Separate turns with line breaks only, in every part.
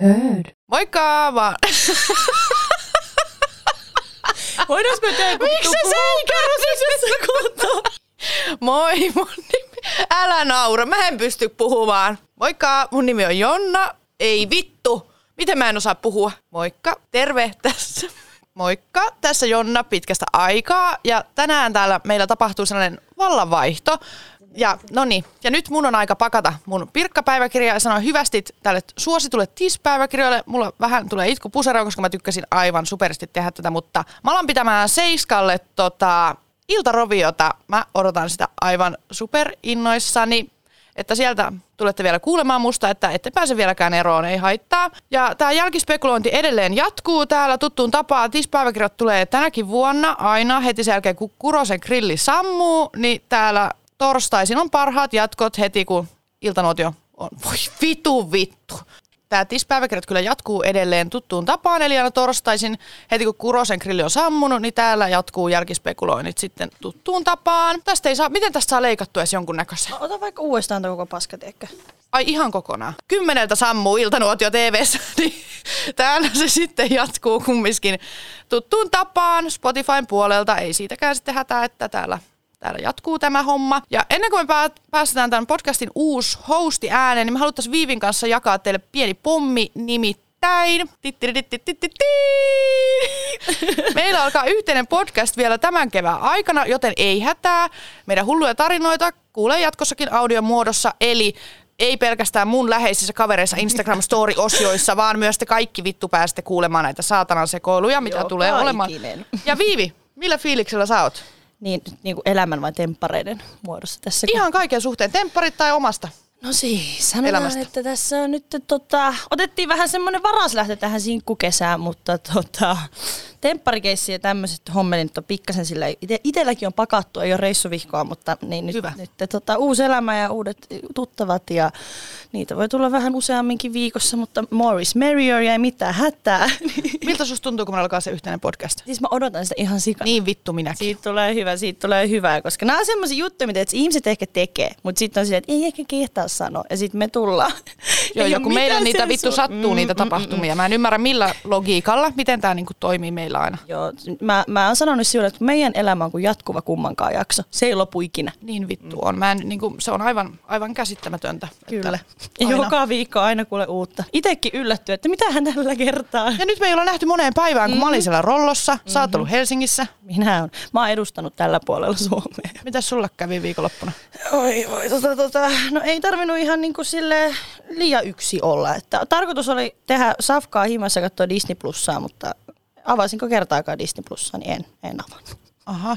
Hörd.
Moikka vaan!
Voidaan me tehdä
Miksi sä ei kerro siis kuntoon? Moi, mun nimi... Älä naura, mä en pysty puhumaan. Moikka, mun nimi on Jonna. Ei vittu. Miten mä en osaa puhua? Moikka, terve tässä. Moikka, tässä Jonna pitkästä aikaa ja tänään täällä meillä tapahtuu sellainen vallanvaihto. Ja no niin, ja nyt mun on aika pakata mun pirkkapäiväkirja ja sanoa hyvästit tälle suositulle tispäiväkirjoille. Mulla vähän tulee itku puseroon, koska mä tykkäsin aivan supersti tehdä tätä, mutta mä alan pitämään Seiskalle tota, iltaroviota. Mä odotan sitä aivan superinnoissani, että sieltä tulette vielä kuulemaan musta, että ette pääse vieläkään eroon, ei haittaa. Ja tämä jälkispekulointi edelleen jatkuu täällä tuttuun tapaan. Tispäiväkirjat tulee tänäkin vuonna aina heti sen jälkeen, kun Kurosen grilli sammuu, niin täällä torstaisin on parhaat jatkot heti, kun iltanuotio on. Voi vitu vittu. Tämä tispäiväkirjat kyllä jatkuu edelleen tuttuun tapaan, eli aina torstaisin heti kun Kurosen grilli on sammunut, niin täällä jatkuu jälkispekuloinnit sitten tuttuun tapaan. Tästä ei saa, miten tästä saa leikattua edes jonkunnäköisen?
Ota vaikka uudestaan tuo koko paska, tiedätkö?
Ai ihan kokonaan. Kymmeneltä sammuu iltanuotio TVssä, niin täällä se sitten jatkuu kumminkin tuttuun tapaan Spotifyn puolelta. Ei siitäkään sitten hätää, että täällä täällä jatkuu tämä homma. Ja ennen kuin me pää- päästetään tämän podcastin uusi hosti ääneen, niin me haluttaisiin Viivin kanssa jakaa teille pieni pommi nimittäin. Tittiridittittitti. Meillä alkaa yhteinen podcast vielä tämän kevään aikana, joten ei hätää. Meidän hulluja tarinoita kuulee jatkossakin audion muodossa, eli ei pelkästään mun läheisissä kavereissa Instagram-story-osioissa, vaan myös te kaikki vittu pääsette kuulemaan näitä saatanan sekoiluja, mitä
Joka
tulee olemaan.
ikinen.
Ja Viivi, millä fiiliksellä sä oot?
Niin, nyt niinku elämän vai temppareiden muodossa tässä. kun-
Ihan kaiken suhteen, tempparit tai omasta.
No siis, sanotaan,
Elämästä.
Elämästä. että tässä on nyt tota, otettiin vähän semmoinen varaslähtö tähän sinkkukesään, mutta tota, tempparikeissi ja tämmöiset hommelit on pikkasen sillä, ite, itelläkin on pakattu, ei ole reissuvihkoa, mutta niin nyt,
Hyvä.
nyt tota, uusi elämä ja uudet tuttavat ja niitä voi tulla vähän useamminkin viikossa, mutta more is merrier ja ei mitään hätää.
Miltä susta tuntuu, kun me alkaa se yhteinen podcast?
siis mä odotan sitä ihan sikana.
Niin vittu minäkin.
Siitä tulee hyvä, siitä tulee hyvää, koska nämä on semmoisia juttuja, mitä et- ihmiset ehkä tekee, mutta sitten on silleen, että ei ehkä kehtaa sanoa, ja sitten me tullaan.
Joo,
Ei
joo,
oo
kun meillä
mitään
niitä vittu
sensu-
sattuu
Mm,
niitä
mm, mm.
tapahtumia. Mä en ymmärrä millä logiikalla, miten tämä niinku toimii meillä aina.
Joo, mä, mä oon sanonut sinulle, että meidän elämä on kuin jatkuva kummankaan jakso. Se ei lopu ikinä.
Niin vittu on. Mä en, niinku, se on aivan, aivan käsittämätöntä. että
Aina.
aina.
Joka viikko aina kuule uutta. Itekin yllättyy, että mitähän tällä kertaa.
Ja nyt me ei olla nähty moneen päivään, kun mä
Mm.
olin siellä Rollossa. Sä oot
Mm-hmm.
ollut Helsingissä.
Minä oon. Mä oon edustanut tällä puolella Suomea.
Mitäs sulla kävi viikonloppuna?
Oi, oi, tota, tota, no ei tarvinnut ihan niinku sille liian yksi olla. Että tarkoitus oli tehdä safkaa himassa ja katsoa Disney Plussaa, mutta avasinko kertaakaan Disney Plussaa, niin en, en avannut.
Aha.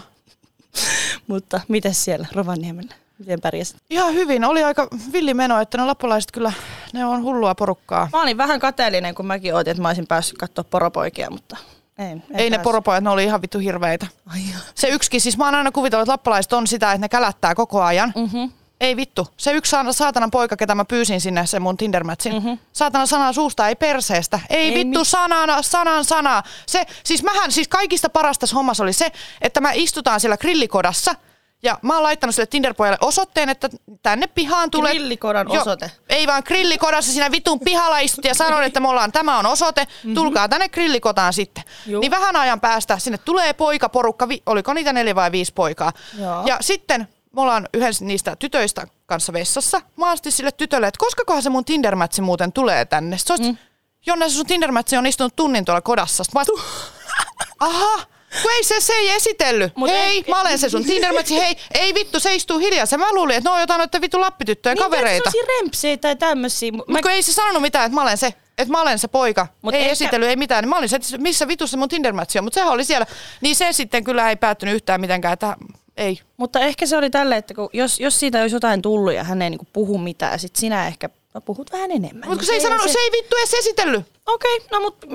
mutta miten siellä Rovaniemellä? Miten pärjäsit?
Ihan hyvin. Oli aika villi meno, että ne lappalaiset kyllä, ne on hullua porukkaa.
Mä olin vähän kateellinen, kun mäkin ootin, että mä olisin päässyt katsoa poropoikia, mutta ei. en
Ei ne
päässyt.
poropojat, ne oli ihan vittu hirveitä.
Ai joo.
Se yksikin, siis mä oon aina kuvitellut, että lappalaiset on sitä, että ne kälättää koko ajan.
Mhm.
Ei vittu. Se yksi saana- saatanan poika, ketä mä pyysin sinne, se mun Tindermätsin. Mm-hmm. Saatana sanaa suusta, ei perseestä. Ei, ei
Ei
vittu
mit-
sanana, sanan sanaa. Se, siis mähän, siis kaikista parasta tässä hommassa oli se, että mä istutaan siellä grillikodassa. Ja mä oon laittanut sille Tinderpojalle osoitteen, että tänne pihaan tulee...
Grillikodan osoite.
Ei vaan grillikodassa siinä vitun pihalla istut ja sanon, että me ollaan, tämä on osoite, tulkaa tänne grillikotaan sitten.
Mhm. Juu.
Niin vähän ajan päästä sinne tulee poikaporukka, vi, oliko niitä neljä vai viisi poikaa.
Joo.
Ja sitten me ollaan yhden niistä tytöistä kanssa vessassa. Mä oon sitten sille tytölle, että koskakohan se mun tinder muuten tulee tänne. Sitten mm. Jonna, se sun tinder on istunut tunnin tuolla kodassa. Sitten mä oon, aha, kun ei se, se ei esitellyt.
Mut
hei,
ei-
mä olen se sun tinder hei, ei vittu, se istuu hiljaa. Se mä luulin, että ne on jotain noita vittu lappityttöjen kavereita. Niin
Niin, rempsiä tai tämmöisiä.
Mä... Kun ei se sanonut mitään, että mä olen se, että mä olen se poika. Mut
Mut
ei
ehkä-
esitellyt, ei mitään. Niin mä olin se, että missä vitussa mun tinder on, mutta sehän oli siellä. Niin se sitten kyllä ei päättynyt yhtään mitenkään, että ei.
Mutta ehkä se oli tälle, että kun jos, jos siitä olisi jotain tullut ja hän ei niinku puhu mitään, sit sinä ehkä no, puhut vähän enemmän. Niin
Mutta kun se ei sanonut, se ei vittu edes esitellyt.
Okei, okay, no mutta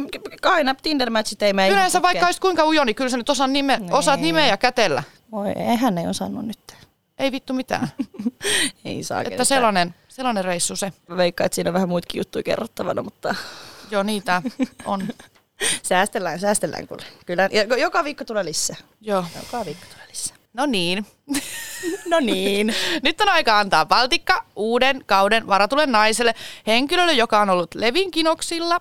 aina Tinder-matchit ei mene ihan
Yleensä vaikka
putkeen.
olisit kuinka ujo, niin kyllä sä nyt osaat nimeä, osaat nimeä ja kätellä.
Voi, ei, hän ei osannut nyt.
Ei vittu mitään.
ei saa
että sellainen, sellainen reissu se.
Veikkaan, että siinä on vähän muitakin juttuja kerrottavana, mutta
Joo, niitä on.
säästellään, säästellään kuule. Kyllä, ja joka viikko tulee lisää.
Joo.
Joka viikko tulee lisää.
No niin.
No niin.
Nyt on aika antaa valtikka uuden kauden varatulle naiselle, henkilölle, joka on ollut levinkinoksilla,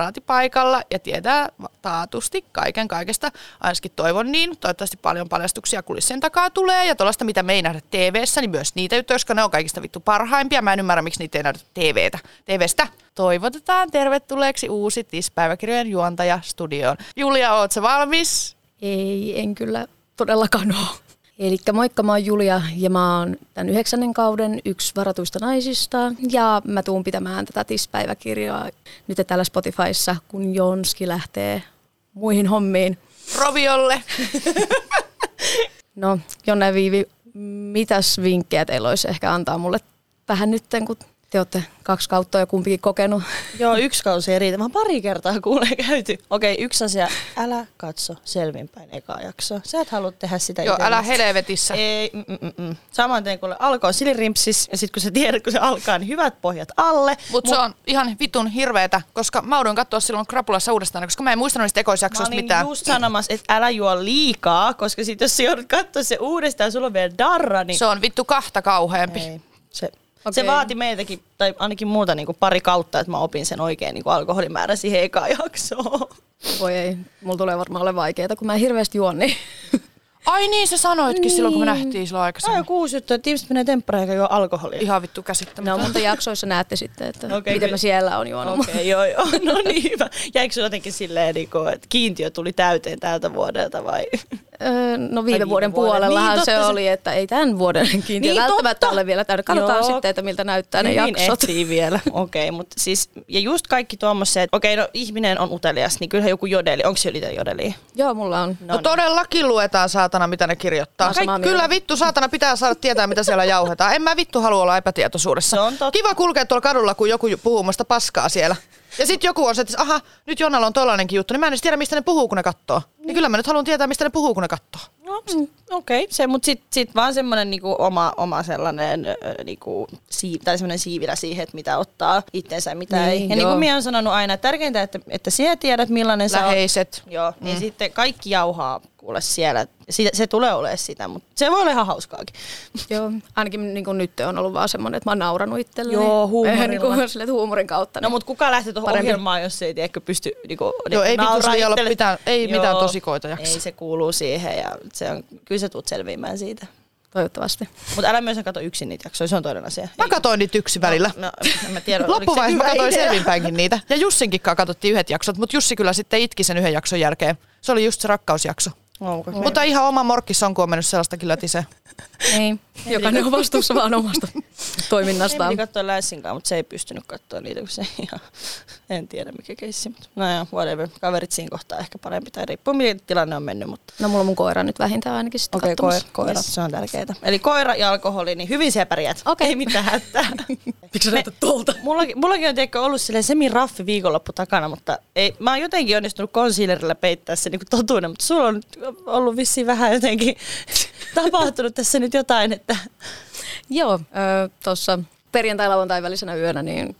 paraatipaikalla ja tietää taatusti kaiken kaikesta. Ainakin toivon niin. Toivottavasti paljon paljastuksia kulissien takaa tulee ja tuollaista, mitä me ei nähdä tv niin myös niitä juttuja, koska ne on kaikista vittu parhaimpia. Mä en ymmärrä, miksi niitä ei nähdä TVtä. TVstä. Toivotetaan tervetulleeksi uusi TIS-päiväkirjojen juontaja studioon. Julia, oot sä valmis?
Ei, en kyllä todellakaan ole. Eli moikka, mä oon Julia ja mä oon tämän yhdeksännen kauden yksi varatuista naisista ja mä tuun pitämään tätä TIS-päiväkirjaa nyt täällä Spotifyssa, kun Jonski lähtee muihin hommiin.
Roviolle.
No, Jonne ja Viivi, mitäs vinkkejä teillä olisi ehkä antaa mulle tähän nytten, kun te olette kaksi kautta ja kumpikin kokenut?
Joo, yksi kausi ei riitä. Mä oon pari kertaa kuulee käyty. Okei, yksi asia. Älä katso selvinpäin eka jaksoa. Sä et halua tehdä sitä
Joo,
itsellesi.
älä helvetissä.
Ei, mm, mm, mm, mm. Saman tien kun alkoi silirimpsis ja sitten kun sä tiedät, kun se alkaa, niin hyvät pohjat alle.
Mutta se on ihan vitun hirveetä, koska mä oudun katsoa silloin krapulassa uudestaan, koska mä en muistanut niistä
Mä
ekoisjaksoista
olin
mitään.
just sanomassa, että älä juo liikaa, koska sit jos sä joudut katsoa se uudestaan, sulla on vielä darra, niin...
Se on vittu kahta kauheampi.
Ei, se, okay. se
Okei.
vaati meiltäkin, tai ainakin muuta niin kuin pari kautta, että mä opin sen oikein niin kuin alkoholimäärä siihen ekaan jaksoon.
Voi ei, mulla tulee varmaan ole vaikeaa, kun mä en hirveästi juon, niin
Ai niin, sä sanoitkin niin. silloin, kun me nähtiin silloin
Tämä
aikaisemmin.
on kuusi juttu, että ihmiset menee temppuraan eikä juo alkoholia.
Ihan vittu
No,
käsittämätöntä.
mutta jaksoissa näette sitten, että
Okei,
okay, miten
kyllä.
mä siellä on juonut.
Okei,
Okay.
okay, joo, joo. No niin, hyvä. Jäikö se jotenkin silleen, niin kuin, että kiintiö tuli täyteen tältä vuodelta vai?
Öö, no viime,
viime
vuoden
vuoden.
puolellahan
Niin,
niin, se,
totta se-
oli, että ei tämän vuoden kiintiö
Niin,
niin, välttämättä
totta.
ole vielä täynnä. Katsotaan
Joo.
sitten, että miltä näyttää ne
Hyvin
jaksot.
ehtii vielä. Okei, okay, mutta siis, ja just kaikki tuommoiset, että okei, okay, no ihminen on utelias, niin kyllähän joku jodeli. Onko se ylitä jodeli?
Joo, mulla on.
No, no todellakin luetaan saatana, mitä ne kirjoittaa.
Mä oon samaa
Kaik-
mieltä.
kyllä vittu saatana pitää saada tietää, mitä siellä jauhetaan. En mä vittu halua olla epätietoisuudessa.
Se on totta.
Kiva kulkea tuolla kadulla, kun joku ju- puhuu musta paskaa siellä. Ja sitten joku on se, että aha, nyt Jonnalla on tollainenkin juttu, niin mä en edes tiedä, mistä ne puhuu, kun ne kattoo. Niin kyllä mä nyt haluan tietää, mistä ne puhuu, kun ne kattoo.
No, mm. okei, okay, mutta sitten sit vaan semmoinen niinku oma, oma sellainen ö, niinku, sii, tai semmoinen siivilä siihen, että mitä ottaa itsensä ja mitä niin,
Niin,
ei. Ja
joo.
niin kuin minä olen sanonut aina, että tärkeintä, että, että sinä tiedät millainen sä oot.
Läheiset.
Joo, niin mm. sitten kaikki jauhaa kuule siellä. Se, se tulee olemaan sitä, mutta se voi olla ihan hauskaakin.
Joo, ainakin niin kuin nyt on ollut vaan semmoinen, että mä oon nauranut itselleni.
Joo, huumorilla.
Niin kuin, sille, että huumorin
No
kautta. Niin. No,
mutta kuka lähtee tuohon
Parempi.
ohjelmaan, jos ei tiedä, pysty niinku,
Joo, ei
nauraa
vitusti olla
itselle.
mitään- ei mitään tosikoita jaksa.
Ei, se kuuluu siihen ja se on, kyllä sä tulet selviämään siitä.
Toivottavasti.
Mutta älä myöskään katso yksin niitä jaksoja, se on toinen asia.
Mä katsoin niitä yksi välillä.
No, en mä tiedä, oliko se
Loppuvaiheessa mä
hyvä
katsoin
idea.
selvinpäinkin niitä. Ja Jussinkin kanssa katsottiin yhdet jaksot, mutta Jussi kyllä sitten itki sen yhden jakson jälkeen. Se oli just se rakkausjakso.
Onko se-
Mutta ihan oma morkkis on, kun on mennyt sellaistakin lätiseen.
Niin.
Ei, jokainen on vastuussa vaan omasta
Sen piti
toiminnastaan.
katsoa Lässinkaan, mutta se ei pystynyt katsoa niitä, kun se ei ihan, en tiedä mikä keissi. Mutta no joo, whatever. Kaverit siinä kohtaa ehkä parempi, tai riippuu miten tilanne on mennyt, mutta
No mulla on mun koira nyt vähintään ainakin sitten
okei, okay,
katsomassa.
koira, koira.
Yes.
se on tärkeää. Eli koira ja alkoholi, niin hyvin siellä pärjäät.
Okei.
Ei mitään hätää.
Miksi sä näytät tuolta?
Mullakin, mullakin on tiedätkö, ollut silleen semiraffi viikonloppu takana, mutta ei, mä oon jotenkin onnistunut concealerilla peittää se niin totuuden, mutta sulla on nyt ollut vissiin vähän jotenkin tapahtunut tässä nyt jotain, että
Joo, tuossa perjantai-lauantai välisenä yönä niin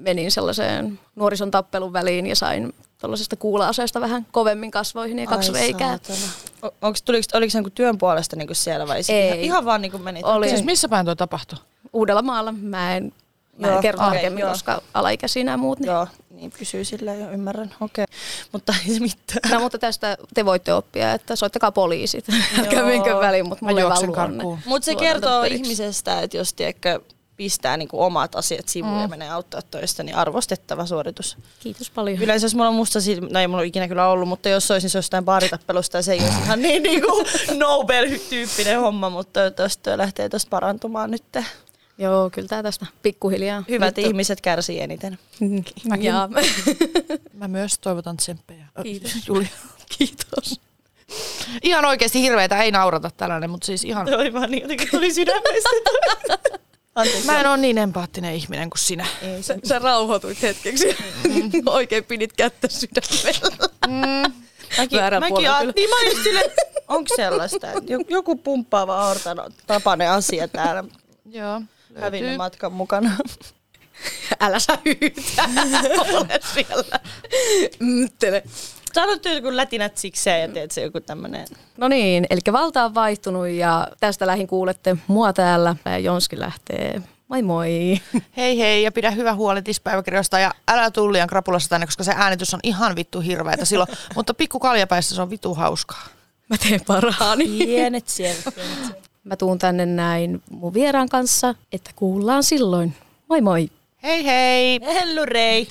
menin sellaiseen nuorison tappelun väliin ja sain tuollaisesta kuula-aseesta vähän kovemmin kasvoihin ja kaksi
Ai
reikää.
saatana. O- Onks, tuliko, oliko se niinku työn puolesta niinku siellä vai
Ei.
Ihan, ihan vaan niinku menit?
Oli.
Siis missä päin tuo tapahtui?
Uudella maalla mä en, mä
Joo,
en kerro
okei,
tarkemmin,
joo.
koska alaikäisiä nämä muut. Niin.
Joo, niin pysyy sillä jo, ymmärrän. Okei, mutta ei se mitään.
No, mutta tästä te voitte oppia, että soittakaa poliisit. Älkää
Joo.
menkö väliin, mutta
Mä
mulla ei
juoksen
vaan luonne.
karkuun.
Mutta se
Luonnon
kertoo
totteliksi.
ihmisestä, että jos tiedätkö, pistää niinku omat asiat sivuun mm. ja menee auttaa toista, niin arvostettava suoritus.
Kiitos paljon.
Yleensä jos mulla on musta silmä, no ei mulla ole ikinä kyllä ollut, mutta jos olisi, niin se olisi jotain baaritappelusta ja se ei olisi ihan niin niinku Nobel-tyyppinen homma, mutta toivottavasti toi lähtee tuosta parantumaan nyt.
Joo, kyllä tää tästä pikkuhiljaa.
Hyvät
Nyt on-
ihmiset kärsii eniten.
Jaa.
Niin.
Mä myös toivotan tsemppejä.
Kiitos.
Julia.
Kiitos.
Ihan oikeasti hirveetä, ei naurata tällainen, mutta siis ihan...
Toi vaan niin jotenkin tuli sydämestä. Anteeksi.
Mä en ole niin empaattinen ihminen kuin sinä.
Ei
Sä, sä rauhoituit hetkeksi.
Mm.
Oikein pidit kättä sydämellä.
Mäkin,
Väärän
mäkin
puolella
a,
kyllä.
niin mä olin silleen, onko sellaista, että jo- joku pumppaava aortan tapainen asia täällä.
Joo.
Hävinnyt matkan mukana.
Älä sä hyytä. Ole siellä. Mttele.
Sanottu joku lätinät sikseen ja teet se joku tämmönen.
No niin, eli valta on vaihtunut ja tästä lähin kuulette mua täällä ja Jonski lähtee. Moi moi.
Hei hei ja pidä hyvä huoli tispäiväkirjoista ja älä tuu liian krapulassa tänne, koska se äänitys on ihan vittu hirveätä silloin. Mutta pikku kaljapäissä se on vitu hauskaa.
Mä teen parhaani.
Pienet siellä.
Mä tuun tänne näin mun vieraan kanssa, että kuullaan silloin. Moi moi.
Hei hei!
Hellurei.